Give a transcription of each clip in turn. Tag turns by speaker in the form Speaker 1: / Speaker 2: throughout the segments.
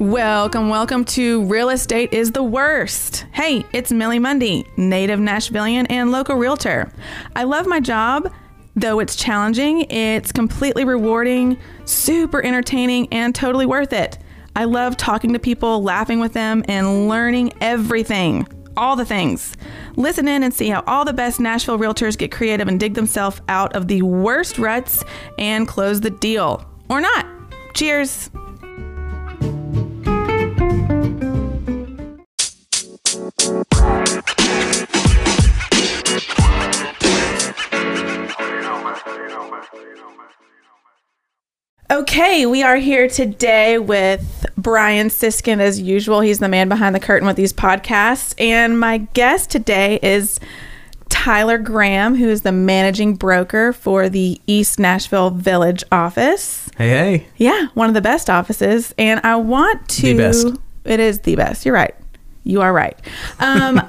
Speaker 1: Welcome, welcome to Real Estate is the Worst. Hey, it's Millie Mundy, native Nashvilleian and local realtor. I love my job, though it's challenging, it's completely rewarding, super entertaining, and totally worth it. I love talking to people, laughing with them, and learning everything. All the things. Listen in and see how all the best Nashville realtors get creative and dig themselves out of the worst ruts and close the deal. Or not. Cheers. Okay, we are here today with Brian Siskin as usual. He's the man behind the curtain with these podcasts. And my guest today is Tyler Graham, who is the managing broker for the East Nashville Village office.
Speaker 2: Hey, hey.
Speaker 1: Yeah, one of the best offices. And I want to.
Speaker 2: The best.
Speaker 1: It is the best. You're right. You are right. Um,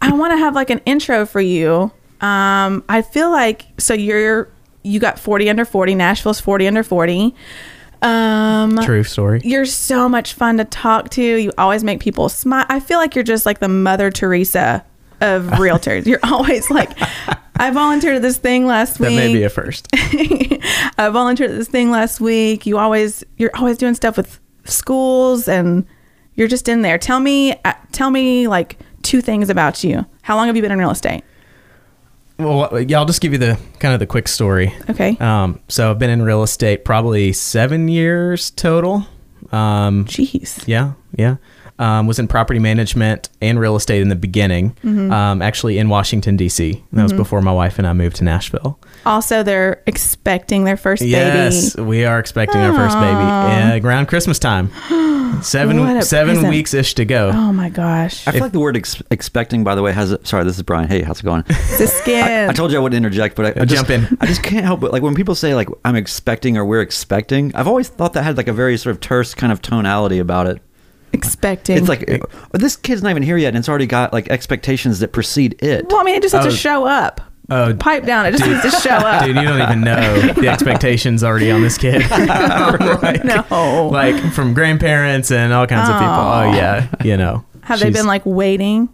Speaker 1: I want to have like an intro for you. Um, I feel like so you're you got 40 under 40. Nashville's 40 under 40. Um,
Speaker 2: True story.
Speaker 1: you're so much fun to talk to. You always make people smile. I feel like you're just like the Mother Teresa of realtors. You're always like, I volunteered at this thing last
Speaker 2: That
Speaker 1: week.
Speaker 2: may be a first.
Speaker 1: I volunteered at this thing last week. You always you're always doing stuff with schools and you're just in there. Tell me uh, tell me like two things about you. How long have you been in real estate?
Speaker 2: well, yeah, I'll just give you the kind of the quick story.
Speaker 1: Okay.
Speaker 2: Um, so I've been in real estate probably seven years total. Um,
Speaker 1: Jeez.
Speaker 2: yeah, yeah. Um, was in property management and real estate in the beginning,
Speaker 1: Mm-hmm.
Speaker 2: um, actually in Washington, D.C. And That was before my wife and I moved to Nashville.
Speaker 1: Also, they're expecting their first
Speaker 2: Yes, we are expecting our first baby uh, around Christmas time.
Speaker 1: What
Speaker 2: Seven
Speaker 1: a
Speaker 2: seven
Speaker 1: present.
Speaker 2: weeks ish to go.
Speaker 1: baby. Oh my gosh.
Speaker 3: I feel like the word ex- expecting, by the way, has. A, sorry, this is Brian. Hey, how's it going?
Speaker 1: The skin.
Speaker 3: I told you I wouldn't interject, but I, I just,
Speaker 2: Jump in.
Speaker 3: I just can't help but like when people say like I'm expecting or we're expecting. I've always thought that had like a very sort of terse kind of tonality about it.
Speaker 1: expecting.
Speaker 3: It's like uh, this kid's not even here yet, and it's already got like expectations that precede it.
Speaker 1: Well, I mean, it just has
Speaker 2: Oh.
Speaker 1: to show up.
Speaker 2: Oh,
Speaker 1: Pipe down. It just needs to show up.
Speaker 2: Dude, you don't even know the expectations already on this kid. like,
Speaker 1: No.
Speaker 2: Like from grandparents and all kinds of people. Oh, yeah. You know.
Speaker 1: Have they
Speaker 2: She's-
Speaker 1: been like waiting,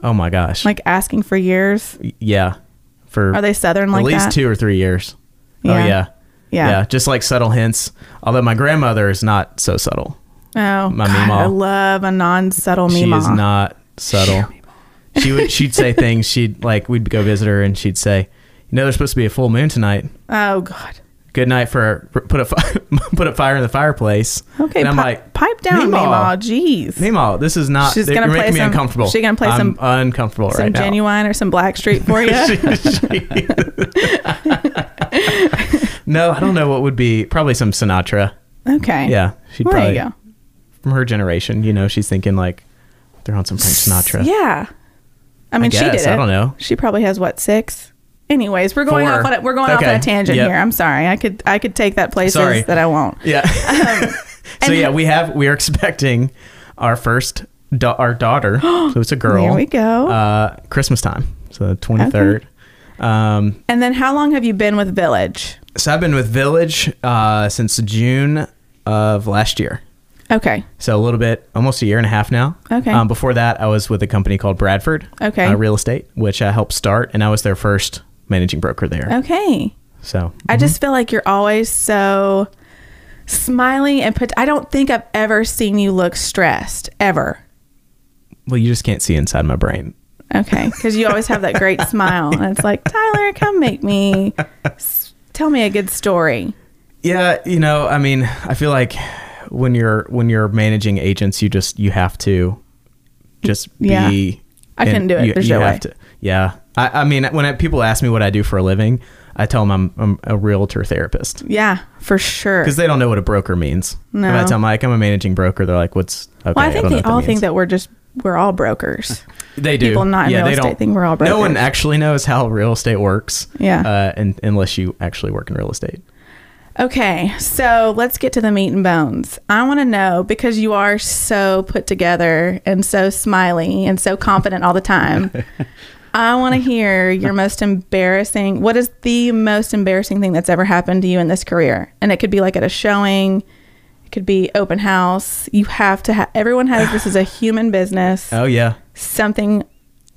Speaker 2: Oh, my gosh.
Speaker 1: like asking for years?
Speaker 2: yeah. For
Speaker 1: Are they Southern
Speaker 2: at
Speaker 1: like
Speaker 2: least
Speaker 1: that?
Speaker 2: two or three years. Oh,
Speaker 1: Yeah.
Speaker 2: yeah.
Speaker 1: Yeah.
Speaker 2: Just like subtle hints. Although my grandmother is not so subtle.
Speaker 1: Oh,
Speaker 2: My
Speaker 1: God,
Speaker 2: meemaw.
Speaker 1: I love a non-subtle
Speaker 2: She
Speaker 1: meemaw.
Speaker 2: is not subtle. she would she'd say things she'd like we'd go visit her and she'd say, You know there's supposed to be a full moon tonight.
Speaker 1: Oh God.
Speaker 2: good night for put a fi- put a fire in the fireplace.
Speaker 1: Okay,
Speaker 2: and I'm
Speaker 1: pi-
Speaker 2: like,
Speaker 1: pipe down, meemaw. Jeez.
Speaker 2: Meemaw, this is not.
Speaker 1: She's
Speaker 2: She's gonna
Speaker 1: gonna
Speaker 2: you're
Speaker 1: play
Speaker 2: making me
Speaker 1: some-
Speaker 2: uncomfortable.
Speaker 1: she gonna play
Speaker 2: I'm
Speaker 1: some-
Speaker 2: uncomfortable
Speaker 1: Some
Speaker 2: right now.
Speaker 1: genuine or some black street for you.
Speaker 2: no, I don't know what would be probably some Sinatra.
Speaker 1: okay.
Speaker 2: Yeah, she'd
Speaker 1: Well, there
Speaker 2: probably
Speaker 1: you go.
Speaker 2: from her generation. You know, she's thinking like they're on some Frank Sinatra.
Speaker 1: Yeah. I mean, she
Speaker 2: guess.
Speaker 1: did it.
Speaker 2: I don't know.
Speaker 1: She probably has what six. Anyways, we're going
Speaker 2: Four.
Speaker 1: off on a, we're going off on
Speaker 2: Okay.
Speaker 1: a tangent
Speaker 2: Yep.
Speaker 1: here. I'm sorry. I could I could take that places
Speaker 2: Sorry.
Speaker 1: that I won't.
Speaker 2: Yeah. so
Speaker 1: Um, and-
Speaker 2: yeah, we have we are expecting our first da- our daughter. so it's a girl.
Speaker 1: There we go.
Speaker 2: Uh, Christmas time. So the twenty third. Um,
Speaker 1: And then, how long have you been with Village?
Speaker 2: So I've been with Village uh, since June of last year.
Speaker 1: Okay.
Speaker 2: So a little bit, almost a year and a half now.
Speaker 1: Okay.
Speaker 2: Um, before that, I was with a company called Bradford.
Speaker 1: Okay.
Speaker 2: Uh, Real Estate, which I helped start, and I was their first managing broker there.
Speaker 1: Okay.
Speaker 2: So
Speaker 1: I just feel like you're always so smiley and put. I don't think I've ever seen you look stressed ever.
Speaker 2: well, you just can't see inside my brain.
Speaker 1: Okay, because you always have that great smile, and it's like Tyler, come make me s- tell me a good story.
Speaker 2: Yeah, you know, I mean, I feel like when you're when you're managing agents, you just you have to just
Speaker 1: Yeah.
Speaker 2: be.
Speaker 1: I
Speaker 2: and
Speaker 1: couldn't do it.
Speaker 2: You,
Speaker 1: There's
Speaker 2: you
Speaker 1: no
Speaker 2: have
Speaker 1: way.
Speaker 2: to. Yeah, I, I mean, when I, people ask me what I do for a living, I tell them I'm, I'm a realtor therapist
Speaker 1: Yeah, for sure.
Speaker 2: because they don't know what a broker means.
Speaker 1: No.
Speaker 2: If I tell them like I'm a managing broker, they're like, "What's?" Okay,
Speaker 1: well, I think
Speaker 2: don't know
Speaker 1: they
Speaker 2: what that
Speaker 1: all
Speaker 2: means."
Speaker 1: think that we're just we're all brokers.
Speaker 2: They do.
Speaker 1: people not in real
Speaker 2: they
Speaker 1: estate think we're all
Speaker 2: No one
Speaker 1: brokers.
Speaker 2: actually knows how real estate works.
Speaker 1: Yeah.
Speaker 2: Uh, and unless you actually work in real estate.
Speaker 1: Okay, so let's get to the meat and bones. I want to know because you are so put together and so smiley and so confident all the time. I want to hear your most embarrassing. What is the most embarrassing thing that's ever happened to you in this career? And it could be like at a showing, it could be open house. You have to have everyone has this is a human business.
Speaker 2: Oh yeah.
Speaker 1: Something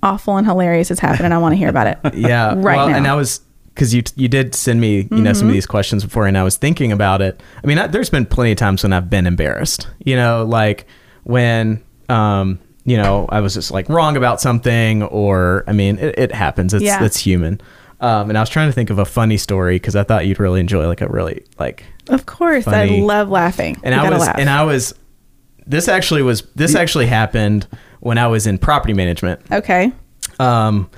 Speaker 1: awful and hilarious has happened, and I want to hear about it.
Speaker 2: yeah
Speaker 1: Right
Speaker 2: well
Speaker 1: now. Mm-hmm.
Speaker 2: and i was because you you did send me you know some of these questions before and i was thinking about it i mean I, there's been plenty of times when i've been embarrassed you know like when um you know i was just like wrong about something or i mean it, it happens it's
Speaker 1: Yeah.
Speaker 2: it's human um and i was trying to think of a funny story because i thought you'd really enjoy like a really like
Speaker 1: Of course, I
Speaker 2: Funny.
Speaker 1: love laughing.
Speaker 2: and
Speaker 1: You
Speaker 2: I
Speaker 1: gotta
Speaker 2: was
Speaker 1: laugh.
Speaker 2: and I was this actually was this actually happened when I was in property management.
Speaker 1: okay.
Speaker 2: Um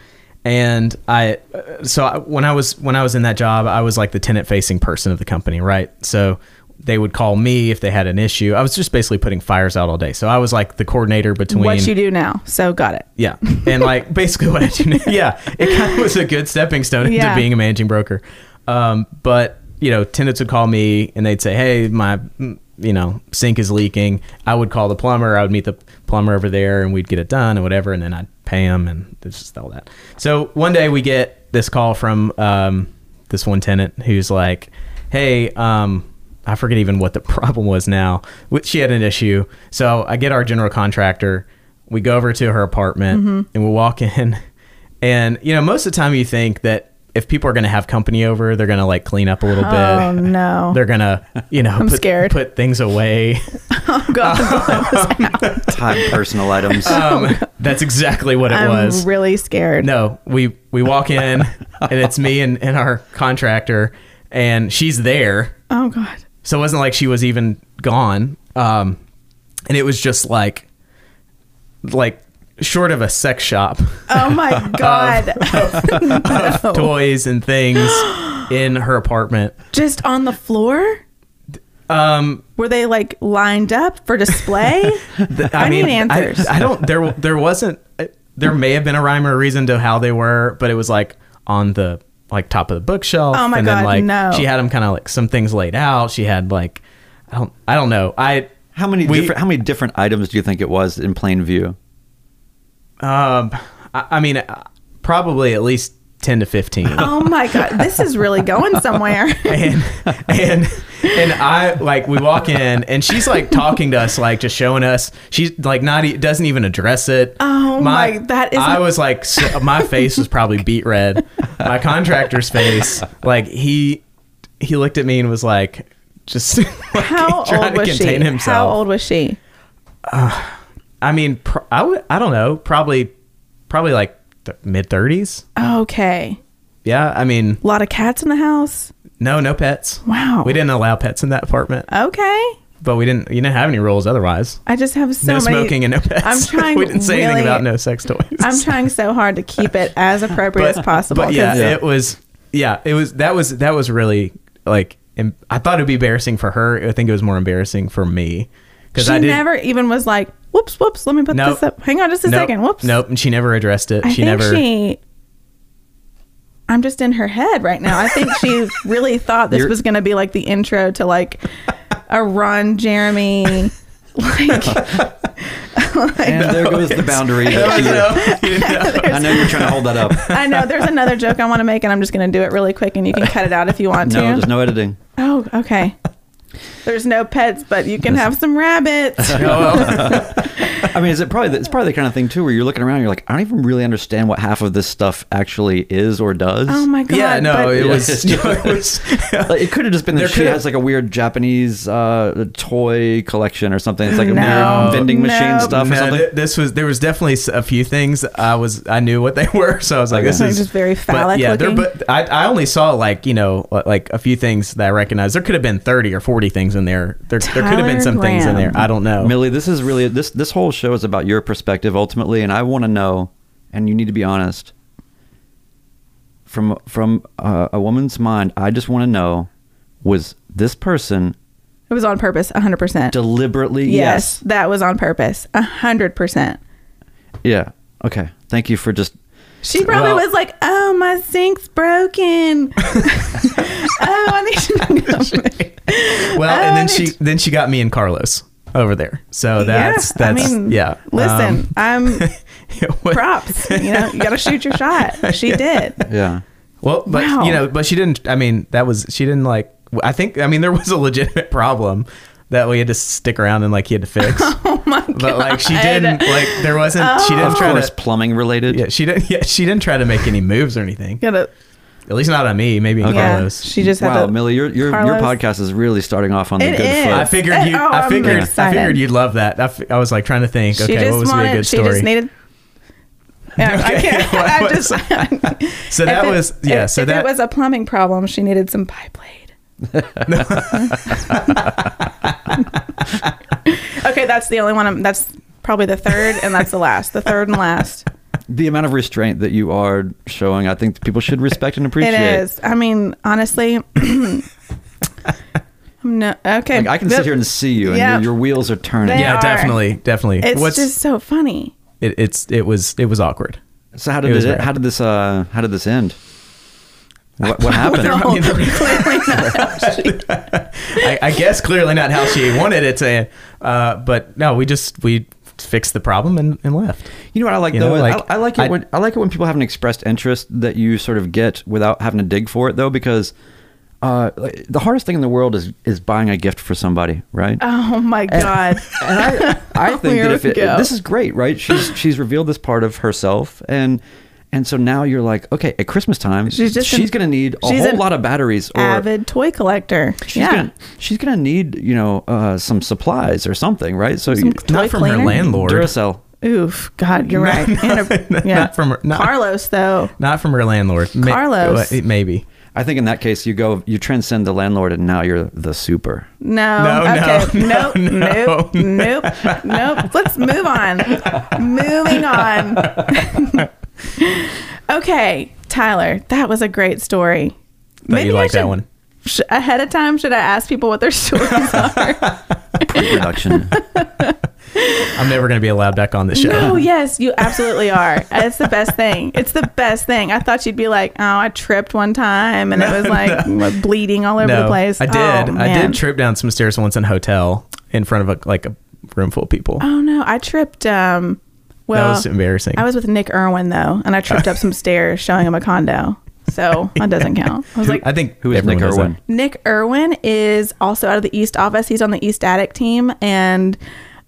Speaker 2: and I uh, so I, when I was when I was in that job, I was like the tenant facing person of the company, right? So they would call me if they had an issue. I was just basically putting fires out all day. So I was like the coordinator between
Speaker 1: What you do now? So got it.
Speaker 2: yeah. And like basically what I do now. Yeah. It kind of was a good stepping stone
Speaker 1: Yeah.
Speaker 2: into being a managing broker. Um, but, you know, tenants would call me and they'd say, hey, my, mm, you know, sink is leaking. I would call the plumber. I would meet the plumber over there and we'd get it done and whatever. And then I'd pay him and it's just all that. So one day we get this call from um, this one tenant who's like, hey, um, I forget even what the problem was now. Wh- She had an issue. So I get our general contractor. We go over to her apartment and we walk in. And, you know, most of the time you think that if people are going to have company over, they're going to like clean up a little
Speaker 1: Oh
Speaker 2: bit.
Speaker 1: no.
Speaker 2: They're going to, you know,
Speaker 1: I'm
Speaker 2: put,
Speaker 1: scared.
Speaker 2: put things away.
Speaker 1: oh god.
Speaker 3: Hide personal items.
Speaker 2: Um, that's exactly what it
Speaker 1: Oh, I'm
Speaker 2: was.
Speaker 1: really scared.
Speaker 2: No, we we walk in and it's me and, and our contractor and she's there.
Speaker 1: Oh god.
Speaker 2: So it wasn't like she was even gone. Um, and it was just like, like short of a sex shop,
Speaker 1: Oh
Speaker 2: Uh,
Speaker 1: my god.
Speaker 2: toys and things in her apartment.
Speaker 1: Just on the floor?
Speaker 2: Um,
Speaker 1: Were they like lined up for display?
Speaker 2: th-
Speaker 1: I need
Speaker 2: mean, I-
Speaker 1: answers.
Speaker 2: I, don't. There, there wasn't. There may have been a rhyme or a reason to how they were, but it was like on the like top of the bookshelf.
Speaker 1: Oh my
Speaker 2: and then,
Speaker 1: God,
Speaker 2: like,
Speaker 1: no.
Speaker 2: She had them kind of like some things laid out. She had like, I don't, I don't know. I
Speaker 3: how many
Speaker 2: we-
Speaker 3: different how many different items do you think it was in plain view?
Speaker 2: Um, I, I mean, uh, probably at least ten to fifteen.
Speaker 1: oh my god. This is really going somewhere.
Speaker 2: and and and I like we walk in and she's like talking to us like just showing us she's like not e- doesn't even address it.
Speaker 1: Oh my- that is-
Speaker 2: I was like so, my face was probably beat red. My contractor's face like he he looked at me and was like just like,
Speaker 1: How
Speaker 2: trying
Speaker 1: old was
Speaker 2: to
Speaker 1: she?
Speaker 2: contain himself.
Speaker 1: How old was she?
Speaker 2: I mean, pr- I would I don't know probably probably like th- mid thirties.
Speaker 1: Okay.
Speaker 2: Yeah, I mean,
Speaker 1: A lot of cats in the house?
Speaker 2: no, no pets.
Speaker 1: Wow.
Speaker 2: We didn't allow pets in that apartment,
Speaker 1: Okay.
Speaker 2: but we didn't. You didn't have any rules otherwise.
Speaker 1: I just have so
Speaker 2: no
Speaker 1: many
Speaker 2: smoking and no pets.
Speaker 1: I'm trying
Speaker 2: we didn't say
Speaker 1: really-
Speaker 2: anything about no sex toys.
Speaker 1: I'm trying so hard to keep it as appropriate as possible.
Speaker 2: But yeah,
Speaker 1: 'cause-
Speaker 2: it was. Yeah, it was. That was. That was really like. em- I thought it'd be embarrassing for her. I think it was more embarrassing for me because
Speaker 1: she
Speaker 2: I did.
Speaker 1: never even was like, "Whoops, whoops, let me put
Speaker 2: Nope.
Speaker 1: this up." Hang on, just a
Speaker 2: nope,
Speaker 1: second. Whoops.
Speaker 2: Nope. And she never addressed it.
Speaker 1: I
Speaker 2: she
Speaker 1: think
Speaker 2: never.
Speaker 1: she. I'm just in her head right now. I think she really thought this
Speaker 3: You're-
Speaker 1: was going to be like the intro to like a Ron Jeremy. Like,
Speaker 3: And there goes the boundary. that
Speaker 2: You know,
Speaker 3: you-
Speaker 2: you know.
Speaker 3: I know you're trying to hold that up.
Speaker 1: I know there's another joke I want to make, and I'm just going to do it really quick, and you can cut it out if you want
Speaker 3: No,
Speaker 1: to.
Speaker 3: there's no editing.
Speaker 1: Oh, okay. There's no pets, but you can have some rabbits.
Speaker 3: I mean, is it probably it's probably the kind of thing too where you're looking around, and you're like, I don't even really understand what half of this stuff actually is or does.
Speaker 1: Oh my god!
Speaker 2: yeah. No.
Speaker 1: but-
Speaker 2: It
Speaker 3: Yeah.
Speaker 2: was. it was
Speaker 3: Like, it could have just been
Speaker 2: There
Speaker 3: that she
Speaker 2: could've-
Speaker 3: has like a weird Japanese uh, toy collection or something. It's like a
Speaker 1: No,
Speaker 3: weird vending
Speaker 1: no.
Speaker 3: machine stuff or
Speaker 2: No,
Speaker 3: something.
Speaker 2: th- this was there was definitely s- a few things I was I knew what they were, so I was like,
Speaker 3: Okay.
Speaker 2: this
Speaker 1: Like
Speaker 2: is
Speaker 1: just very
Speaker 2: but
Speaker 1: phallic
Speaker 2: yeah, there.
Speaker 1: looking?
Speaker 2: But I, I only saw like you know li- like a few things that I recognized. There could have been thirty or forty things in there. There, there could have
Speaker 1: Tyler
Speaker 2: been some things in there.
Speaker 1: Graham.
Speaker 2: I don't know.
Speaker 3: Millie, this is really this this whole show is about your perspective ultimately, and I want to know, and you need to be honest. From from uh, a woman's mind, I just want to know: was this person
Speaker 1: It was on purpose, 100%.
Speaker 3: deliberately?
Speaker 1: yes, that was on purpose, 100%.
Speaker 3: Yeah. Okay. Thank you for just.
Speaker 1: She probably
Speaker 2: Well-
Speaker 1: was like, "Oh, my sink's broken. oh, I need you to know."
Speaker 2: well,
Speaker 1: I
Speaker 2: and then she
Speaker 1: need-
Speaker 2: then she got me and Carlos over there. So that's
Speaker 1: Yeah, I
Speaker 2: that's
Speaker 1: mean,
Speaker 2: yeah.
Speaker 1: Listen,
Speaker 2: Um,
Speaker 1: I'm
Speaker 2: it was-
Speaker 1: props. You know, you got to shoot your shot. She did.
Speaker 3: Yeah.
Speaker 2: Well, but
Speaker 1: Wow.
Speaker 2: you know, but she didn't. I mean, that was she didn't like. I think. I mean, there was a legitimate problem, that we had to stick around and like he had to fix.
Speaker 1: Oh my god! Oh.
Speaker 2: but like she didn't like there wasn't she didn't
Speaker 3: Of
Speaker 2: try
Speaker 3: course,
Speaker 2: to
Speaker 3: plumbing related.
Speaker 2: yeah she didn't yeah she didn't try to make any moves or anything
Speaker 1: Gotta-
Speaker 2: at least not on me maybe on
Speaker 3: Okay.
Speaker 1: yeah,
Speaker 2: Carlos.
Speaker 1: she just had
Speaker 3: Wow,
Speaker 1: to,
Speaker 3: Millie, your your, your
Speaker 1: Carlos.
Speaker 3: podcast is really starting off on the
Speaker 1: It
Speaker 3: good
Speaker 1: is.
Speaker 2: I
Speaker 3: foot.
Speaker 2: figured
Speaker 1: Oh,
Speaker 2: you. I
Speaker 1: I'm
Speaker 2: figured. I
Speaker 1: excited.
Speaker 2: figured you'd love that. I, f- I was like trying to think.
Speaker 1: She
Speaker 2: Okay,
Speaker 1: just
Speaker 2: what was
Speaker 1: wanted.
Speaker 2: a good
Speaker 1: she
Speaker 2: story?
Speaker 1: just needed. Yeah, I can't.
Speaker 2: what
Speaker 1: I
Speaker 2: was-
Speaker 1: just.
Speaker 2: so that
Speaker 1: if it-
Speaker 2: was yeah.
Speaker 1: if-
Speaker 2: so
Speaker 1: if
Speaker 2: that
Speaker 1: it was a plumbing problem, she needed some pipe laid. okay, that's the only one. I'm, that's probably the third, and that's the last. The third and last.
Speaker 3: The amount of restraint that you are showing, I think people should respect and appreciate.
Speaker 1: It is. I mean, honestly. I'm no okay.
Speaker 3: Like, I can
Speaker 1: the-
Speaker 3: sit here and see you, and
Speaker 1: Yeah.
Speaker 3: your, your wheels are turning.
Speaker 1: They
Speaker 2: yeah,
Speaker 1: are.
Speaker 2: definitely, definitely.
Speaker 1: It's
Speaker 2: What's
Speaker 1: just so funny.
Speaker 2: it, it's it was it was awkward.
Speaker 3: So how
Speaker 2: It
Speaker 3: did
Speaker 2: was
Speaker 3: it,
Speaker 2: bad.
Speaker 3: how did this uh how did this end? What, what happened?
Speaker 2: I, mean,
Speaker 1: Clearly not.
Speaker 2: I, I guess clearly not how she wanted it to end. Uh, but no, we just we fixed the problem and, and left.
Speaker 3: You know what I like
Speaker 2: You
Speaker 3: though?
Speaker 2: know,
Speaker 3: is-
Speaker 2: like,
Speaker 3: I, I like it
Speaker 2: I-
Speaker 3: when I like it when people have an expressed interest that you sort of get without having to dig for it though, because uh, like, the hardest thing in the world is is buying a gift for somebody, right?
Speaker 1: Oh my god.
Speaker 3: and I, I think
Speaker 1: Here
Speaker 3: that if
Speaker 1: we
Speaker 3: it,
Speaker 1: go.
Speaker 3: this is great, right? She's she's revealed this part of herself, and and so now you're like, okay, at Christmas time,
Speaker 1: She's
Speaker 3: she's,
Speaker 1: just an-
Speaker 3: gonna need a
Speaker 1: she's
Speaker 3: whole
Speaker 1: an
Speaker 3: lot of batteries, or
Speaker 1: Avid toy collector.
Speaker 3: she's
Speaker 1: yeah.
Speaker 3: gonna she's gonna need you know uh, some supplies or something, right? So
Speaker 1: Some
Speaker 3: you,
Speaker 1: Toy
Speaker 2: not from her
Speaker 1: cleaner?
Speaker 2: landlord.
Speaker 3: Duracell.
Speaker 1: Oof. God, you're
Speaker 2: No,
Speaker 1: right.
Speaker 2: no,
Speaker 1: Inter-
Speaker 2: not from her- not-
Speaker 1: Carlos though.
Speaker 2: Not from her landlord. Ma-
Speaker 1: Carlos.
Speaker 2: uh, maybe.
Speaker 3: I think in that case, you go you transcend the landlord, and now you're the super.
Speaker 1: No.
Speaker 2: No, no,
Speaker 1: okay.
Speaker 2: no,
Speaker 1: nope. nope.
Speaker 2: no,
Speaker 1: Nope. Nope. Let's move on. Moving on. okay, Tyler, that was a great story.
Speaker 2: Thought you liked
Speaker 1: I
Speaker 2: that
Speaker 1: should-
Speaker 2: one.
Speaker 1: sh- ahead of time, should I ask people what their stories are?
Speaker 3: pre-production.
Speaker 2: I'm never going to be allowed back on this show.
Speaker 1: No, Oh, yes, you absolutely are. It's the best thing. It's the best thing. I thought you'd be like, oh, I tripped one time and it was like bleeding all over the
Speaker 2: No,
Speaker 1: place.
Speaker 2: I did.
Speaker 1: Oh,
Speaker 2: I
Speaker 1: man.
Speaker 2: did trip down some stairs once in a hotel in front of a, like a room full of people.
Speaker 1: Oh no, I tripped. Um, well,
Speaker 2: that was embarrassing.
Speaker 1: I was with Nick Irwin though, and I tripped up some stairs showing him a condo. So that doesn't count. I was like,
Speaker 2: I think
Speaker 3: Who is
Speaker 2: everyone
Speaker 3: Nick
Speaker 2: knows that.
Speaker 3: Irwin?
Speaker 1: Nick Irwin is also out of the East office. He's on the East Attic team. And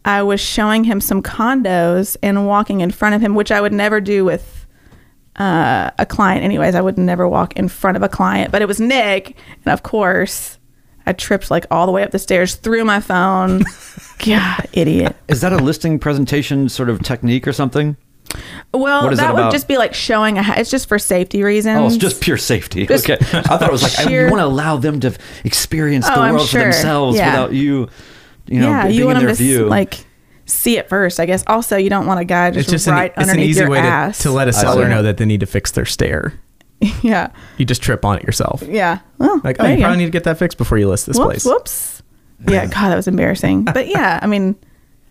Speaker 1: I was showing him some condos and walking in front of him, which I would never do with uh, a client, anyways. I would never walk in front of a client. But it was Nick. And of course, I tripped like all the way up the stairs through my phone. God, idiot.
Speaker 3: Is that a listing presentation sort of technique or
Speaker 1: Um,
Speaker 3: something?
Speaker 1: Well,
Speaker 3: What is it
Speaker 1: that would
Speaker 3: about?
Speaker 1: just be like showing a. Ha- it's just for safety reasons.
Speaker 3: Oh, it's just pure safety.
Speaker 1: Just
Speaker 3: okay, I thought it was like
Speaker 1: sheer-
Speaker 3: I want to allow them to experience
Speaker 1: Oh,
Speaker 3: the
Speaker 1: I'm
Speaker 3: world
Speaker 1: sure.
Speaker 3: for themselves
Speaker 1: Yeah.
Speaker 3: without you, you know,
Speaker 1: yeah,
Speaker 3: being
Speaker 1: you want
Speaker 3: in
Speaker 1: them
Speaker 3: their
Speaker 1: to
Speaker 3: view.
Speaker 1: s- like see it first, I guess. Also, you don't want a guy just,
Speaker 2: It's just
Speaker 1: right
Speaker 2: an, e, it's an
Speaker 1: underneath
Speaker 2: easy
Speaker 1: your
Speaker 2: way to,
Speaker 1: ass.
Speaker 2: to let a
Speaker 3: see.
Speaker 2: seller know that they need to fix their stair.
Speaker 1: yeah,
Speaker 2: You just trip on it yourself.
Speaker 1: yeah. Well,
Speaker 2: Like, oh,
Speaker 1: there
Speaker 2: you
Speaker 1: you
Speaker 2: probably
Speaker 1: go.
Speaker 2: need to get that fixed before you list this
Speaker 1: whoops,
Speaker 2: place.
Speaker 1: whoops. Yeah, God, that was embarrassing. But yeah, I mean,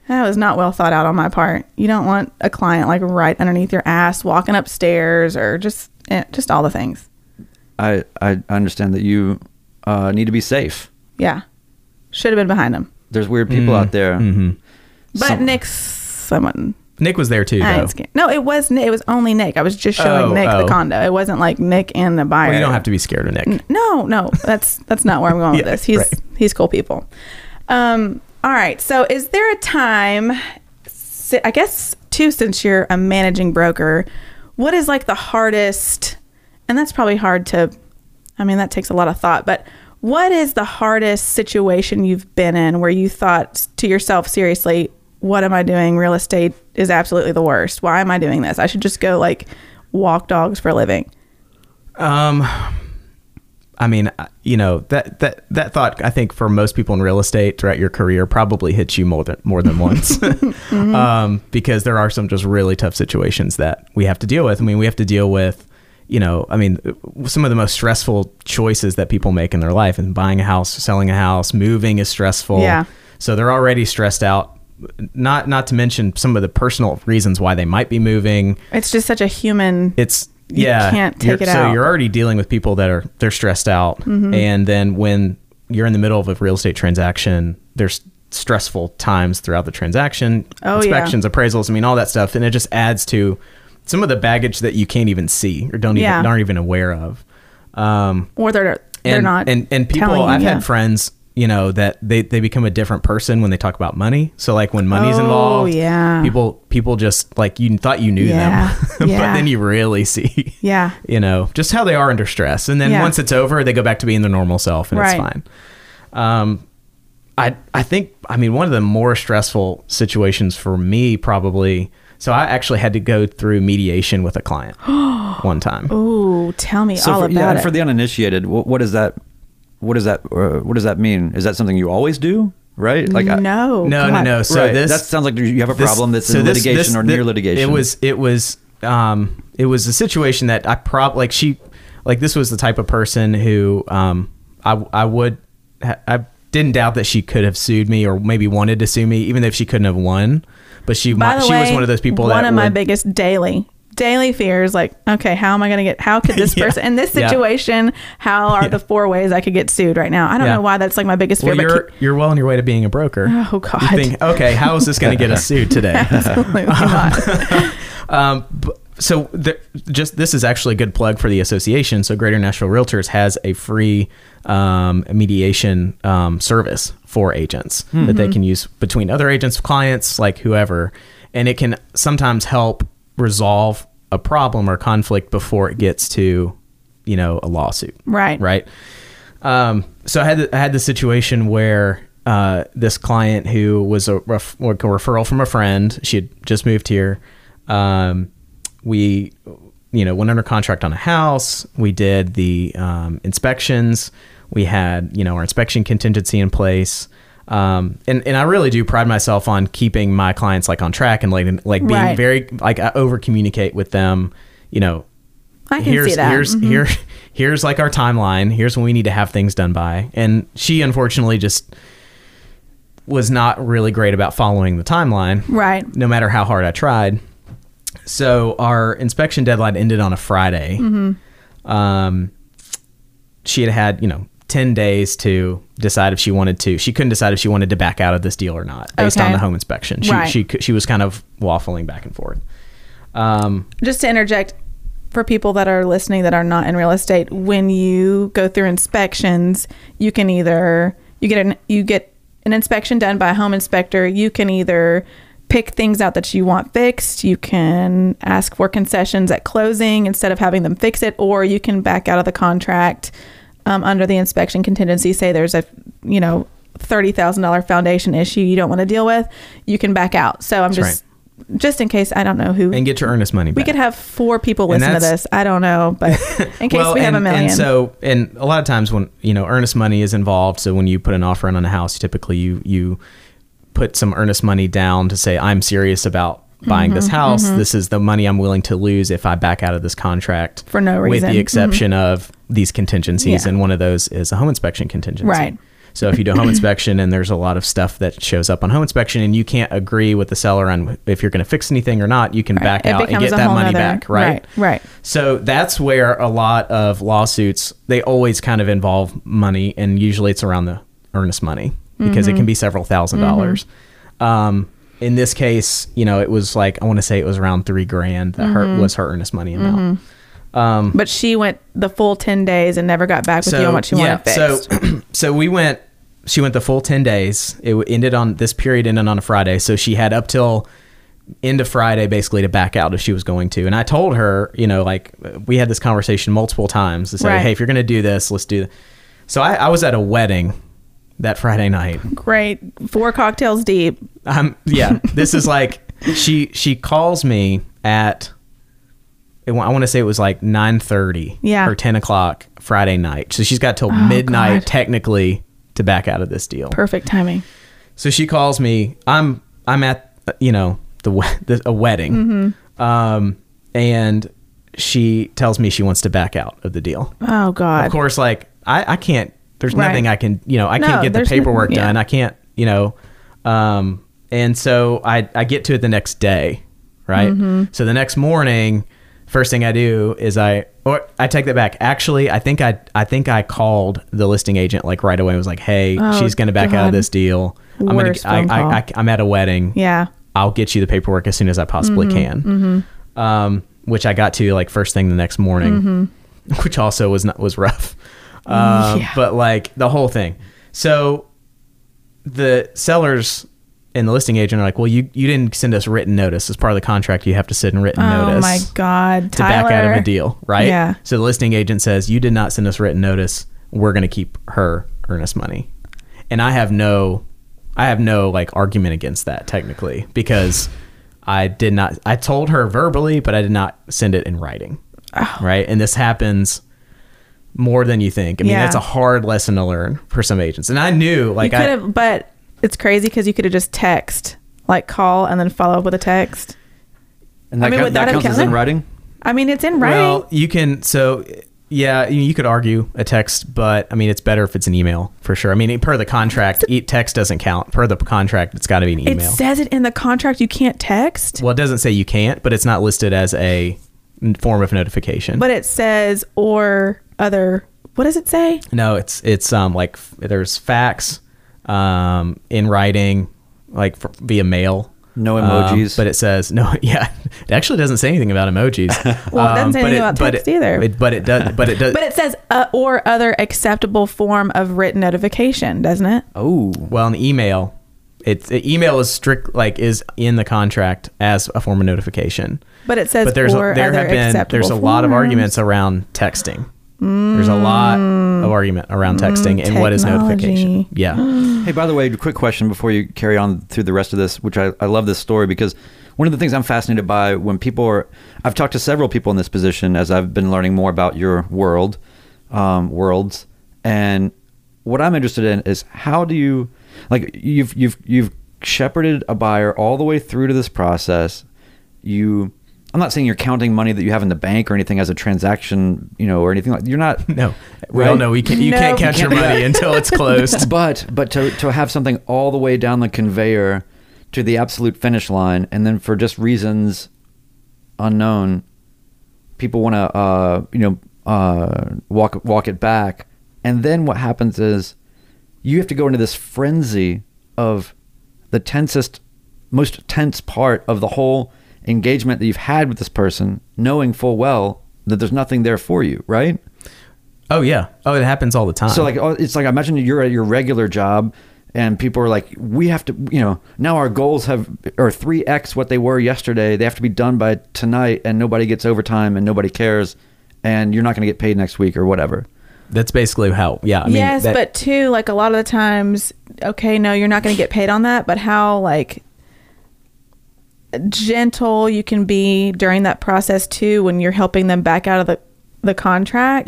Speaker 1: that was not well thought out on my part. You don't want a client like right underneath your ass, walking upstairs, or just eh, just all the things.
Speaker 3: I I understand that you uh, need to be safe.
Speaker 1: Yeah, should have been behind him.
Speaker 3: There's weird people out there.
Speaker 2: hmm
Speaker 1: But
Speaker 3: Some-
Speaker 1: Nick's someone.
Speaker 2: Nick was there too,
Speaker 1: I
Speaker 2: though.
Speaker 1: ain't scared. No, it was Nick. It was only Nick. I was just showing
Speaker 2: Oh,
Speaker 1: Nick
Speaker 2: oh.
Speaker 1: the condo. It wasn't like Nick and the buyer.
Speaker 2: Well, you don't have to be scared of Nick.
Speaker 1: N- No, no, that's that's not where I'm going with
Speaker 2: Yeah,
Speaker 1: this. He's
Speaker 2: right.
Speaker 1: he's cool people. Um, all right. So, is there a time? si- I guess too, since you're a managing broker, what is like the hardest? And that's probably hard to. I mean, that takes a lot of thought. But what is the hardest situation you've been in where you thought s- to yourself, seriously, what am I doing? Real estate is absolutely the worst. Why am I doing this? I should just go like walk dogs for a living.
Speaker 2: Um, I mean, I- you know that that that thought I think for most people in real estate throughout your career probably hits you more than more than once, um, because there are some just really tough situations that we have to deal with. I mean, we have to deal with, you know, I mean, some of the most stressful choices that people make in their life, and buying a house, selling a house, moving is stressful.
Speaker 1: Yeah.
Speaker 2: So they're already stressed out. Not not to mention some of the personal reasons why they might be moving
Speaker 1: It's just such a human.
Speaker 2: it's
Speaker 1: You
Speaker 2: yeah
Speaker 1: can't
Speaker 2: you're-
Speaker 1: take it
Speaker 2: so
Speaker 1: out. Mm-hmm.
Speaker 2: you're already dealing with people that are they're stressed out and then when you're in the middle of a real estate transaction there's stressful times throughout the transaction
Speaker 1: Oh, yeah.
Speaker 2: inspections appraisals i mean all that stuff and it just adds to some of the baggage that you can't even see or don't even
Speaker 1: Yeah.
Speaker 2: aren't even aware of um
Speaker 1: or they're they're
Speaker 2: and,
Speaker 1: not
Speaker 2: and and people
Speaker 1: telling you,
Speaker 2: i've
Speaker 1: yeah.
Speaker 2: had friends you know that they, they become a different person when they talk about money so like when money's
Speaker 1: Oh,
Speaker 2: involved
Speaker 1: yeah.
Speaker 2: people people just like you thought you knew
Speaker 1: Yeah,
Speaker 2: them
Speaker 1: yeah.
Speaker 2: but then you really see
Speaker 1: Yeah.
Speaker 2: you know just how they are under stress and then
Speaker 1: Yeah.
Speaker 2: once it's over they go back to being their normal self and
Speaker 1: Right.
Speaker 2: it's fine um i i think i mean one of the more stressful situations for me probably so i actually had to go through mediation with a client one time
Speaker 1: Ooh, tell me
Speaker 3: So
Speaker 1: all
Speaker 3: for,
Speaker 1: about
Speaker 3: yeah, and
Speaker 1: it.
Speaker 3: for the uninitiated, what, what does that? What does that? Uh, what does that mean? Is that something you always do? Right? Like I-
Speaker 1: no,
Speaker 2: no, no,
Speaker 1: Oh, God.
Speaker 2: no. So
Speaker 3: Right.
Speaker 2: this
Speaker 3: that sounds like you have a
Speaker 2: this-
Speaker 3: problem that's
Speaker 2: so
Speaker 3: in
Speaker 2: this-
Speaker 3: litigation
Speaker 2: this-
Speaker 3: or
Speaker 2: thi-
Speaker 3: near litigation.
Speaker 2: It was it was um it was a situation that I prob like she like this was the type of person who um I I would I didn't doubt that she could have sued me or maybe wanted to sue me even if she couldn't have won, but she
Speaker 1: By
Speaker 2: mi-
Speaker 1: the
Speaker 2: she
Speaker 1: way,
Speaker 2: was one of those people
Speaker 1: One
Speaker 2: that
Speaker 1: of my
Speaker 2: would-
Speaker 1: biggest daily daily fears, like, okay, how am I going to get? How could this
Speaker 2: Yeah.
Speaker 1: person in this
Speaker 2: Yeah.
Speaker 1: situation? How are the four ways I could get sued right now? I don't
Speaker 2: Yeah.
Speaker 1: know why that's like my biggest fear.
Speaker 2: well,
Speaker 1: but
Speaker 2: you're you're well on your way to being a broker.
Speaker 1: Oh, God.
Speaker 2: You think, okay, how is this going to get us sued today?
Speaker 1: keep- absolutely not.
Speaker 2: Um, b- so the, just this is actually a good plug for the association. So Greater Nashville Realtors has a free um, mediation um, service for agents that they can use between other agents, clients, like whoever, and it can sometimes help resolve a problem or conflict before it gets to you know a lawsuit.
Speaker 1: Right.
Speaker 2: Right. Um, so I had I had the situation where uh, this client who was a, ref- like a referral from a friend, she had just moved here. Um, we, you know, went under contract on a house. We did the um, inspections. We had you know our inspection contingency in place. Um, and, and I really do pride myself on keeping my clients like on track and like like being
Speaker 1: Right.
Speaker 2: very like I over communicate with them, you know,
Speaker 1: I can
Speaker 2: here's
Speaker 1: see that. Mm-hmm.
Speaker 2: here's here here's like our timeline. Here's when we need to have things done by. And she unfortunately just was not really great about following the timeline.
Speaker 1: Right.
Speaker 2: No matter how hard I tried. So our inspection deadline ended on a Friday.
Speaker 1: Mm-hmm.
Speaker 2: Um, she had had you know ten days to decide if she wanted to. She couldn't decide if she wanted to back out of this deal or not based
Speaker 1: Okay.
Speaker 2: on the home inspection. She
Speaker 1: Right.
Speaker 2: she cou- she was kind of waffling back and forth.
Speaker 1: Just to interject for people that are listening that are not in real estate, when you go through inspections, you can either you get an you get an inspection done by a home inspector. You can either pick things out that you want fixed. You can ask for concessions at closing instead of having them fix it, or you can back out of the contract um, under the inspection contingency. Say there's a you know thirty thousand dollar foundation issue you don't want to deal with, you can back out. So I'm
Speaker 2: That's
Speaker 1: just just in case I don't know who
Speaker 2: And get your earnest money back.
Speaker 1: we could have four people
Speaker 2: And
Speaker 1: listen to
Speaker 2: that's-
Speaker 1: this. I don't know, but in case we have
Speaker 2: and,
Speaker 1: a million.
Speaker 2: And so, and a lot of times when you know earnest money is involved, so when you put an offer in on a house, typically you you put some earnest money down to say I'm serious about buying
Speaker 1: Mm-hmm,
Speaker 2: this house. This is the money I'm willing to lose if I back out of this contract
Speaker 1: For no
Speaker 2: with
Speaker 1: reason. Mm-hmm.
Speaker 2: the exception of these contingencies,
Speaker 1: Yeah.
Speaker 2: and one of those is a home inspection contingency.
Speaker 1: Right.
Speaker 2: So if you do a home inspection and there's a lot of stuff that shows up on home inspection and you can't agree with the seller on if you're going to fix anything or not, you can
Speaker 1: Right.
Speaker 2: back
Speaker 1: It
Speaker 2: out and
Speaker 1: becomes
Speaker 2: get
Speaker 1: a
Speaker 2: that
Speaker 1: whole
Speaker 2: money
Speaker 1: nother-
Speaker 2: back,
Speaker 1: right, right.
Speaker 2: so that's where a lot of lawsuits they always kind of involve money, and usually it's around the earnest money because it can be several 1000 dollars. Um, in this case, you know, it was like I want to say it was around three grand that her was her earnest money amount. Um,
Speaker 1: but she went the full ten days and never got back with you on what she wanted fixed.
Speaker 2: So, so we went. She went the full ten days. It w- ended on this period ended on a Friday, so she had up till end of Friday basically to back out if she was going to. And I told her, you know, like we had this conversation multiple times to say,
Speaker 1: Right.
Speaker 2: hey, if you're going to do this, let's do. Th-. So I, I was at a wedding that Friday night.
Speaker 1: Great, four cocktails deep.
Speaker 2: I'm Um, yeah. This is like she she calls me at I want to say it was like nine thirty
Speaker 1: Yeah.
Speaker 2: or ten o'clock Friday night. So she's got till
Speaker 1: Oh,
Speaker 2: midnight
Speaker 1: God.
Speaker 2: technically to back out of this deal.
Speaker 1: Perfect timing.
Speaker 2: So she calls me. I'm I'm at uh, you know the, we- the a wedding,
Speaker 1: Mm-hmm.
Speaker 2: um, and she tells me she wants to back out of the deal
Speaker 1: Oh
Speaker 2: of
Speaker 1: God.
Speaker 2: course, like I, I can't. There's
Speaker 1: Right.
Speaker 2: nothing I can. You know, I
Speaker 1: No,
Speaker 2: can't get the
Speaker 1: there's no-
Speaker 2: paperwork
Speaker 1: yeah.
Speaker 2: done. I can't. You know, um, and so I I get to it the next day, right?
Speaker 1: Mm-hmm.
Speaker 2: So the next morning, first thing I do is I or I take that back. Actually, I think I I think I called the listing agent like right away. and was like, hey,
Speaker 1: Oh,
Speaker 2: she's going to back out
Speaker 1: God.
Speaker 2: of this deal. I'm gonna.
Speaker 1: Worst
Speaker 2: I,
Speaker 1: phone call.
Speaker 2: I, I I'm at a wedding.
Speaker 1: Yeah.
Speaker 2: I'll get you the paperwork as soon as I possibly
Speaker 1: Mm-hmm.
Speaker 2: can. Um, which I got to like first thing the next morning, which also was not was rough. Um,
Speaker 1: Mm-hmm. Yeah.
Speaker 2: But like the whole thing. So the sellers and the listing agent are like, well, you, you didn't send us written notice. As part of the contract, you have to send written
Speaker 1: Oh
Speaker 2: notice
Speaker 1: my God,
Speaker 2: to back out of
Speaker 1: Tyler.
Speaker 2: a deal, right?
Speaker 1: Yeah.
Speaker 2: So the listing agent says, you did not send us written notice. We're going to keep her earnest money. And I have no, I have no like argument against that technically because I did not, I told her verbally, but I did not send it in writing.
Speaker 1: Oh.
Speaker 2: Right. And this happens more than you think. I mean,
Speaker 1: Yeah.
Speaker 2: that's a hard lesson to learn for some agents. And I knew like
Speaker 1: you
Speaker 2: I,
Speaker 1: could have, but it's crazy because you could have just text, like call and then follow up with a text.
Speaker 3: And that,
Speaker 1: I mean,
Speaker 3: count-
Speaker 1: would
Speaker 3: that,
Speaker 1: that have
Speaker 3: counts as in
Speaker 1: counted?
Speaker 3: writing.
Speaker 1: I mean, it's in writing.
Speaker 2: Well, you can. So, yeah, you you could argue a text, but I mean, it's better if it's an email for sure. I mean, per the contract, e- text doesn't count. Per the contract, it's got to be an
Speaker 1: it
Speaker 2: email.
Speaker 1: says it in the contract. You can't text,
Speaker 2: well, it doesn't say you can't, but it's not listed as a n- form of notification.
Speaker 1: but it says or other. What does it say?
Speaker 2: no, it's it's um like f- there's fax, um in writing, like f- via mail.
Speaker 3: No
Speaker 2: Um,
Speaker 3: emojis.
Speaker 2: but it says no. Yeah, it actually doesn't say anything about emojis. Um,
Speaker 1: Well, it doesn't say
Speaker 2: but
Speaker 1: anything about
Speaker 2: but
Speaker 1: text either.
Speaker 2: It, but it does. But it does.
Speaker 1: But it says uh, or other acceptable form of written notification, doesn't it?
Speaker 3: Oh,
Speaker 2: Well, an email, it's it, email is strict like is in the contract as a form of notification.
Speaker 1: But it says
Speaker 2: But there's
Speaker 1: or
Speaker 2: a, there
Speaker 1: other
Speaker 2: have been
Speaker 1: acceptable
Speaker 2: there's a lot of
Speaker 1: forms.
Speaker 2: arguments around texting. There's a lot of argument around texting and what is notification.
Speaker 1: Mm. technology.
Speaker 2: Yeah,
Speaker 3: Hey, by the way, quick question before you carry on through the rest of this, which I, I love this story because one of the things I'm fascinated by when people are, I've talked to several people in this position as I've been learning more about your world, um, worlds, and what I'm interested in is how do you, like, you've you've you've shepherded a buyer all the way through to this process, you. I'm not saying you're counting money that you have in the bank or anything as a transaction, you know, or anything like. You're not.
Speaker 2: no, well,
Speaker 3: Right.
Speaker 2: no, we can't. You
Speaker 1: No,
Speaker 2: can't
Speaker 1: we
Speaker 2: count
Speaker 1: can't
Speaker 2: your
Speaker 1: do
Speaker 2: money until it's closed.
Speaker 3: but but to, to have something all the way down the conveyor to the absolute finish line and then for just reasons unknown people want to uh, you know uh, walk walk it back and then what happens is you have to go into this frenzy of the tensest most tense part of the whole engagement that you've had with this person knowing full well that there's nothing there for you right
Speaker 2: oh yeah. Oh, it happens all the time.
Speaker 3: so like oh, it's like imagine you're at your regular job and people are like we have to you know now our goals have are 3x what they were yesterday they have to be done by tonight and nobody gets overtime and nobody cares and you're not going to get paid next week or whatever
Speaker 2: that's basically how. Yeah, I mean,
Speaker 1: yes,
Speaker 2: that-
Speaker 1: but two, like a lot of the times, okay, no, you're not going to get paid on that, but how like gentle you can be during that process too when you're helping them back out of the the contract.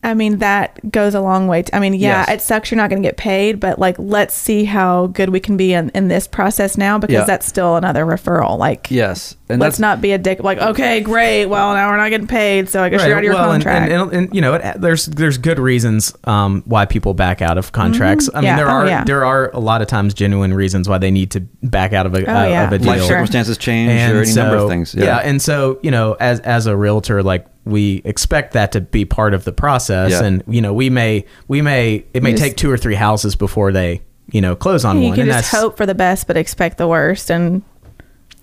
Speaker 1: I mean, that goes a long way. To, I mean, yeah,
Speaker 3: Yes.
Speaker 1: it sucks you're not going to get paid, but like, let's see how good we can be in, in this process now because
Speaker 3: Yeah.
Speaker 1: that's still another referral. Like,
Speaker 3: yes and
Speaker 1: let's
Speaker 3: that's
Speaker 1: not be a dick. Like, okay, great. Well, now we're not getting paid, so I guess you're out of your
Speaker 2: well, and-
Speaker 1: contract.
Speaker 2: And, and, and, you know, it, there's there's good reasons um, why people back out of contracts. I mean,
Speaker 1: Yeah.
Speaker 2: there
Speaker 1: Oh,
Speaker 2: are
Speaker 1: yeah.
Speaker 2: there are a lot of times genuine reasons why they need to back out of a, uh,
Speaker 1: Oh, yeah.
Speaker 2: of a
Speaker 1: Life
Speaker 2: deal.
Speaker 3: life
Speaker 1: Sure.
Speaker 3: circumstances change
Speaker 2: And
Speaker 3: or any
Speaker 2: so-
Speaker 3: number of things
Speaker 2: Yeah. and so you know, as as a realtor, like we expect that to be part of the process,
Speaker 3: Yeah.
Speaker 2: and you know, we may we may it may
Speaker 1: Yes.
Speaker 2: take two or three houses before they you know close on
Speaker 1: you
Speaker 2: one.
Speaker 1: can
Speaker 2: and
Speaker 1: just
Speaker 2: that's-
Speaker 1: hope for the best, but expect the worst. And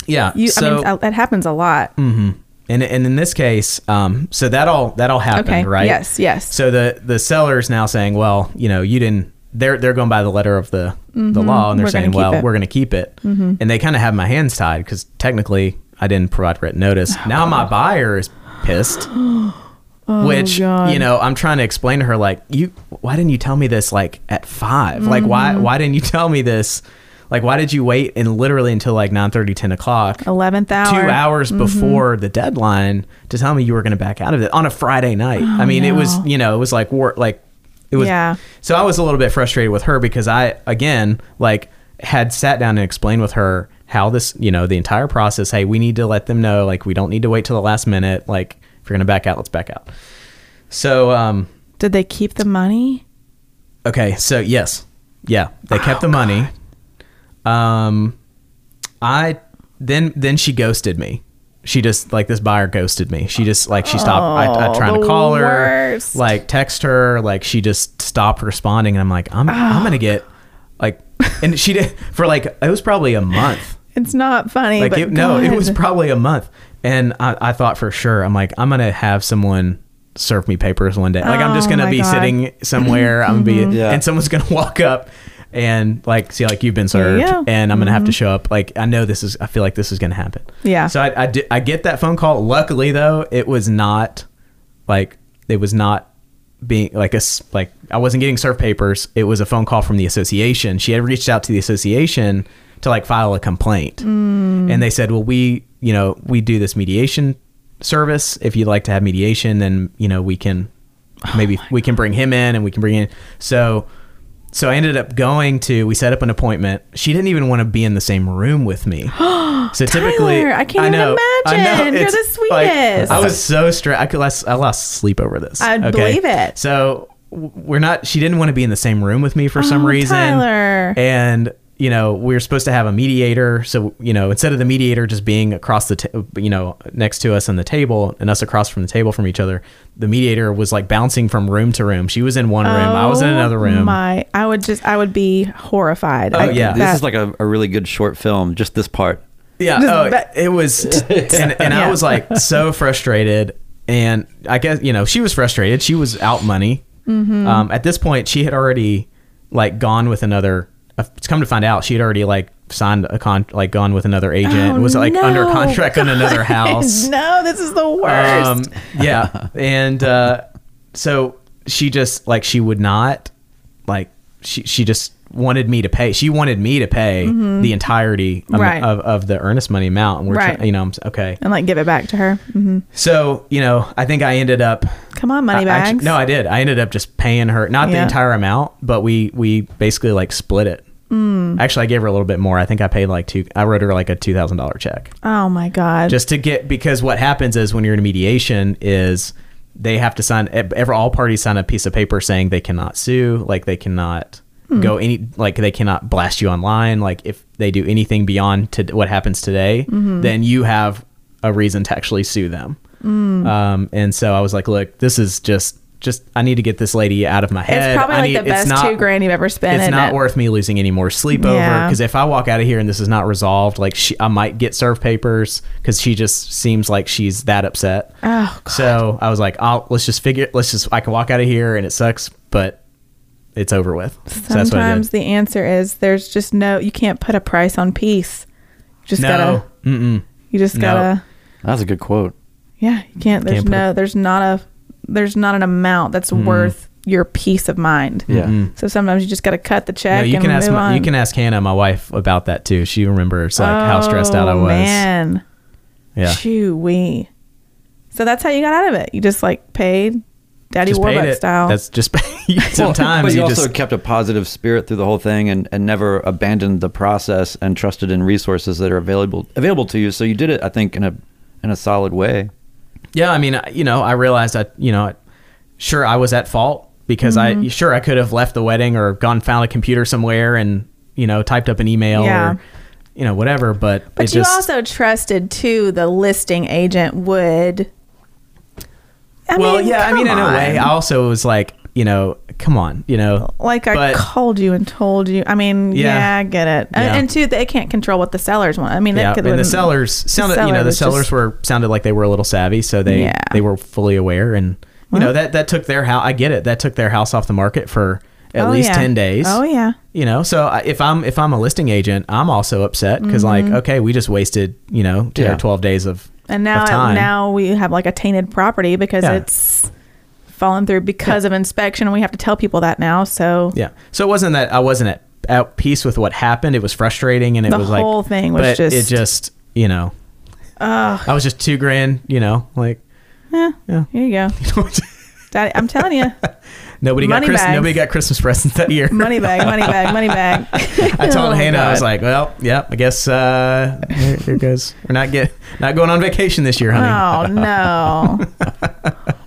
Speaker 2: Yeah,
Speaker 1: you,
Speaker 2: so Hmm.
Speaker 1: I mean, uh, that happens a lot.
Speaker 2: and and in this case, um, so that all that all happened,
Speaker 1: Okay,
Speaker 2: right?
Speaker 1: yes, yes.
Speaker 2: So the the seller is now saying, well, you know, you didn't. They're they're going by the letter of the the law, and
Speaker 1: Mm-hmm. We're
Speaker 2: they're
Speaker 1: gonna
Speaker 2: saying,
Speaker 1: keep
Speaker 2: well,
Speaker 1: it. Mm-hmm.
Speaker 2: we're going to keep it, and they kind of have my hands tied because technically I didn't provide written notice.
Speaker 1: Oh,
Speaker 2: now my buyer is pissed. Which
Speaker 1: God.
Speaker 2: you know, I'm trying to explain to her like, you, why didn't you tell me this like at 5 Like,
Speaker 1: Mm-hmm.
Speaker 2: why why didn't you tell me this? Like, why did you wait and literally until like 9, 10 o'clock?
Speaker 1: 11th hour. Mm-hmm.
Speaker 2: two hours before the deadline to tell me you were going to back out of it on a Friday night. I mean, it was
Speaker 1: Oh, no.
Speaker 2: you know it was like war like it was.
Speaker 1: Yeah.
Speaker 2: So I was a little bit frustrated with her because I again like had sat down and explained with her how this you know the entire process. Hey, we need to let them know like we don't need to wait till the last minute. Like if you're going to back out, let's back out. So um
Speaker 1: Did they keep the money?
Speaker 2: okay, so yes, yeah, they kept the money. Um, I then then she ghosted me. She just like this buyer ghosted me. She just like she stopped. I, I trying to
Speaker 1: Oh, the
Speaker 2: call
Speaker 1: worst.
Speaker 2: her, like text her, like she just stopped responding. And I'm like, I'm I'm gonna get like, and she did for like it was probably a month.
Speaker 1: It's not funny.
Speaker 2: Like
Speaker 1: but
Speaker 2: it, no, it was
Speaker 1: God.
Speaker 2: probably a month. And I, I thought for sure, I'm like, I'm gonna have someone serve me papers one day. Like I'm just
Speaker 1: Oh
Speaker 2: gonna
Speaker 1: my
Speaker 2: be
Speaker 1: God. Mm-hmm.
Speaker 2: sitting somewhere. I'm gonna be,
Speaker 3: Yeah.
Speaker 2: and someone's gonna walk up. and like see like you've been
Speaker 1: There
Speaker 2: served
Speaker 1: you go.
Speaker 2: and I'm gonna have to show up. Like I know this is I feel like this is gonna happen.
Speaker 1: Mm-hmm. Yeah.
Speaker 2: So I I, di- I get that phone call. Luckily though, it was not like it was not being like a s- like I wasn't getting served papers. It was a phone call from the association. She had reached out to the association to like file a complaint, and
Speaker 1: Mm.
Speaker 2: they said, well we you know we do this mediation service. If you'd like to have mediation, then you know we can
Speaker 1: Oh
Speaker 2: maybe we can bring him in and we can bring in so so I ended up going to we set up an appointment. She didn't even want to be in the same room with me. so typically
Speaker 1: Tyler, I can't even imagine. You're
Speaker 2: it's
Speaker 1: the
Speaker 2: like,
Speaker 1: sweetest.
Speaker 2: I was so stressed. I could last, I lost sleep over this.
Speaker 1: I believe it.
Speaker 2: So w- we're not she didn't want to be in the same room with me for some
Speaker 1: Oh,
Speaker 2: reason.
Speaker 1: Tyler.
Speaker 2: And you know, we were supposed to have a mediator. So, you know, instead of the mediator just being across the, ta- you know, next to us on the table and us across from the table from each other, the mediator was like bouncing from room to room. She was in one room, I was in
Speaker 1: Oh
Speaker 2: another room.
Speaker 1: My, I would just, I would be horrified.
Speaker 2: Oh,
Speaker 1: I-
Speaker 2: yeah.
Speaker 3: This
Speaker 1: that-
Speaker 3: is like a, a really good short film, just this part.
Speaker 2: Yeah,
Speaker 1: Just
Speaker 2: oh,
Speaker 1: that-
Speaker 2: it was, and, and
Speaker 1: Yeah.
Speaker 2: I was like so frustrated, and I guess you know she was frustrated. She was out money.
Speaker 1: Mm-hmm.
Speaker 2: Um, at this point, she had already like gone with another. uh, It's come to find out she had already like signed a con, like gone with another agent,
Speaker 1: Oh,
Speaker 2: and was like under
Speaker 1: no.
Speaker 2: contract on another house.
Speaker 1: no, this is the worst.
Speaker 2: Um, yeah, and uh, so she just like she would not like she she just wanted me to pay. She wanted me to pay the entirety am-
Speaker 1: Mm-hmm. Right.
Speaker 2: of, of the earnest money amount. And we're
Speaker 1: Right.
Speaker 2: try- you know I'm s- okay.
Speaker 1: and like give it back to her. hmm
Speaker 2: So you know I think I ended up
Speaker 1: Come on,
Speaker 2: I-
Speaker 1: money
Speaker 2: I
Speaker 1: bags.
Speaker 2: actu- no, I did. I ended up just paying her not the
Speaker 1: Yeah.
Speaker 2: entire amount, but we we basically like split it.
Speaker 1: Mm.
Speaker 2: Actually, I gave her a little bit more. I think I paid like two. I wrote her like a two thousand dollar check
Speaker 1: oh my god.
Speaker 2: just to get because what happens is when you're in mediation is they have to sign ever all parties sign a piece of paper saying they cannot sue like they cannot
Speaker 1: Hmm.
Speaker 2: go any like they cannot blast you online like if they do anything beyond to what happens today
Speaker 1: Mm-hmm.
Speaker 2: then you have a reason to actually sue them
Speaker 1: Mm.
Speaker 2: um, and so i was like look this is just just i need to get this lady out of my head
Speaker 1: it's probably
Speaker 2: I
Speaker 1: like
Speaker 2: need-
Speaker 1: the best
Speaker 2: not-
Speaker 1: two grand you've ever spent.
Speaker 2: it's
Speaker 1: isn't
Speaker 2: not
Speaker 1: it?
Speaker 2: worth me losing any more sleep over
Speaker 1: Yeah.
Speaker 2: because if I walk out of here and this is not resolved, like she, I might get served papers because she just seems like she's that upset.
Speaker 1: Oh, God.
Speaker 2: so I was like, I'll let's just figure. Let's just I can walk out of here and it sucks, but it's over with. so that's what I
Speaker 1: Sometimes
Speaker 2: did.
Speaker 1: the answer is there's just no. You can't put a price on peace. You just
Speaker 2: No,
Speaker 1: gotta.
Speaker 2: mm-mm.
Speaker 1: You just
Speaker 2: No.
Speaker 1: gotta.
Speaker 3: That's a good quote.
Speaker 1: Yeah, you can't. There's
Speaker 2: Can't put Mm-hmm.
Speaker 1: no. There's not a. There's not an amount that's worth your peace of mind.
Speaker 3: Yeah.
Speaker 1: So sometimes you just gotta cut the
Speaker 2: no,
Speaker 1: check.
Speaker 2: you
Speaker 1: and
Speaker 2: can ask
Speaker 1: move
Speaker 2: my, you
Speaker 1: on.
Speaker 2: can ask Hannah, my wife, about that too. She remembers like how stressed out I
Speaker 1: Oh,
Speaker 2: was.
Speaker 1: Man,
Speaker 2: Yeah,
Speaker 1: chewy. So that's how you got out of it. You just like paid, Daddy
Speaker 2: just paid
Speaker 1: Warbucks
Speaker 2: it.
Speaker 1: style.
Speaker 2: That's just sometimes
Speaker 3: but you,
Speaker 2: you,
Speaker 3: also
Speaker 2: just
Speaker 3: kept a positive spirit through the whole thing and, and never abandoned the process and trusted in resources that are available available to you. So you did it, I think, in a in a solid way.
Speaker 2: Yeah, I mean, I- you know, I realized I, you know, sure I was at fault because
Speaker 1: Mm-hmm.
Speaker 2: I sure I could have left the wedding or gone found a computer somewhere and you know typed up an email
Speaker 1: Yeah.
Speaker 2: or you know whatever. But
Speaker 1: but
Speaker 2: it
Speaker 1: you
Speaker 2: just,
Speaker 1: also trusted too the listing agent would. I
Speaker 2: well,
Speaker 1: mean,
Speaker 2: yeah, I mean,
Speaker 1: come
Speaker 2: in a way,
Speaker 1: on.
Speaker 2: I also was like, you know, come on, you know,
Speaker 1: like I
Speaker 2: but-
Speaker 1: called you and told you. I mean, yeah,
Speaker 2: Yeah.
Speaker 1: I get it.
Speaker 2: Yeah.
Speaker 1: And, and two, they can't control what the sellers want. I mean,
Speaker 2: yeah,
Speaker 1: that could
Speaker 2: and the
Speaker 1: wouldn't-
Speaker 2: sellers
Speaker 1: the
Speaker 2: sounded, you
Speaker 1: seller
Speaker 2: know, the
Speaker 1: was
Speaker 2: sellers
Speaker 1: just-
Speaker 2: were sounded like they were a little savvy, so they
Speaker 1: Yeah.
Speaker 2: they were fully aware, and you know that that took their house. I get it, that took their house off the market for at
Speaker 1: Oh,
Speaker 2: least
Speaker 1: yeah.
Speaker 2: ten days.
Speaker 1: Oh yeah,
Speaker 2: you know so I- if i'm if i'm a listing agent i'm also upset because like okay we just wasted you know 10
Speaker 3: Yeah.
Speaker 2: or 12 days of
Speaker 1: Mm-hmm. and
Speaker 2: of
Speaker 1: now
Speaker 2: time.
Speaker 1: now we have like a tainted property because
Speaker 2: Yeah.
Speaker 1: it's fallen through because of inspection, and we have to tell people that now. So
Speaker 2: yeah so it wasn't that i wasn't at, at peace with what happened it was frustrating and it
Speaker 1: The
Speaker 2: was
Speaker 1: whole
Speaker 2: like
Speaker 1: thing was
Speaker 2: but
Speaker 1: just-
Speaker 2: it just you know i was just two grand you know like
Speaker 1: eh,
Speaker 2: Yeah.
Speaker 1: here you go, Daddy. I'm telling you,
Speaker 2: nobody got
Speaker 1: Money
Speaker 2: Chris,
Speaker 1: bags.
Speaker 2: nobody got christmas presents that year
Speaker 1: money bag, money bag, money bag.
Speaker 2: I
Speaker 1: Oh,
Speaker 2: told Hannah, I was
Speaker 1: God.
Speaker 2: like, "Well, yeah, I guess uh, here, here goes. We're not get not going on vacation this year, honey."
Speaker 1: Oh no.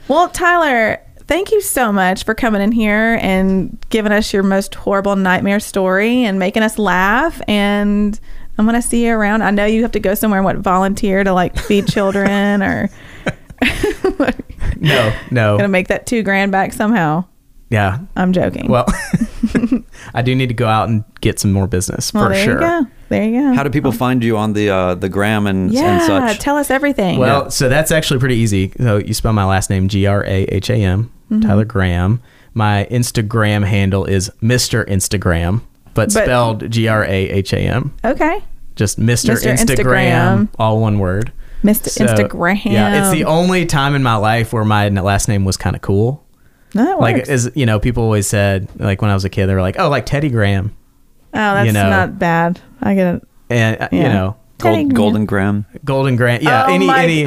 Speaker 1: well, Tyler, thank you so much for coming in here and giving us your most horrible nightmare story and making us laugh and I'm gonna see you around. I know you have to go somewhere and what volunteer to like feed children or
Speaker 2: No, no,
Speaker 1: gonna make that two grand back somehow.
Speaker 2: yeah.
Speaker 1: I'm joking.
Speaker 2: Well, I do need to go out and get some more business
Speaker 1: Well,
Speaker 2: for
Speaker 1: there
Speaker 2: sure.
Speaker 1: you go. There you go.
Speaker 3: How do people find you on the uh, the gram and, and
Speaker 1: Mm-hmm. yeah,
Speaker 3: such?
Speaker 1: tell us everything.
Speaker 2: Well, so that's actually pretty easy. So you spell my last name G R A H A
Speaker 1: Mm-hmm.
Speaker 2: M, Tyler Graham. My Instagram handle is Mr. Instagram.
Speaker 1: But-
Speaker 2: but, spelled G R A H A M.
Speaker 1: Okay.
Speaker 2: Just Mr.
Speaker 1: Mr.
Speaker 2: Instagram,
Speaker 1: Instagram.
Speaker 2: all one word.
Speaker 1: Mr.
Speaker 2: So,
Speaker 1: Instagram.
Speaker 2: Yeah, it's the only time in my life where my last name was kind of cool.
Speaker 1: No, that
Speaker 2: Like,
Speaker 1: works.
Speaker 2: is you know, people always said like when I was a kid, they were like, "Oh, like Teddy Graham,"
Speaker 1: oh, that's
Speaker 2: you know.
Speaker 1: not bad. I get it.
Speaker 2: and uh, you
Speaker 1: Yeah.
Speaker 2: know,
Speaker 1: Dang.
Speaker 3: Gold, golden Graham.
Speaker 2: Golden Graham. Yeah,
Speaker 1: Oh
Speaker 2: any
Speaker 1: my-
Speaker 2: any.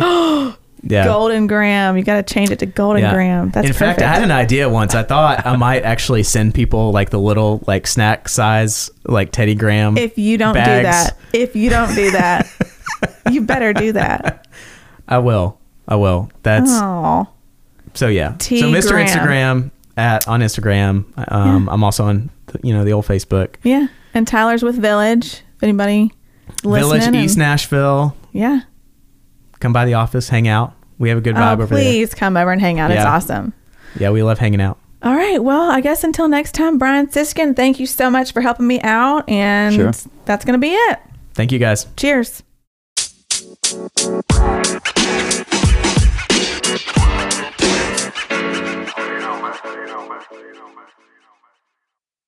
Speaker 2: Yeah.
Speaker 1: Golden Graham. You got to change it to Golden
Speaker 2: Yeah.
Speaker 1: Graham. That's
Speaker 2: in
Speaker 1: perfect.
Speaker 2: fact, I had an idea once. I thought I might actually send people like the little like snack size like Teddy Graham.
Speaker 1: if you don't do
Speaker 2: bags.
Speaker 1: that, if you don't do that, you better do that.
Speaker 2: I will. I will. That's
Speaker 1: Oh,
Speaker 2: so yeah.
Speaker 1: T
Speaker 2: so Mr.
Speaker 1: Graham.
Speaker 2: Instagram at on Instagram. Um, I'm also on you know the old Facebook
Speaker 1: yeah. And Tyler's with Village. If anybody listening,
Speaker 2: Village
Speaker 1: and-
Speaker 2: East Nashville.
Speaker 1: yeah.
Speaker 2: Come by the office, hang out. We have a good vibe
Speaker 1: Oh,
Speaker 2: over
Speaker 1: please come over and hang out. It's
Speaker 2: Yeah.
Speaker 1: awesome.
Speaker 2: there. Yeah, we love hanging out.
Speaker 1: All right. Well, I guess until next time, Brian Siskin, thank you so much for helping me out. And
Speaker 3: Sure.
Speaker 1: that's going to be it.
Speaker 2: Thank you guys.
Speaker 1: Cheers.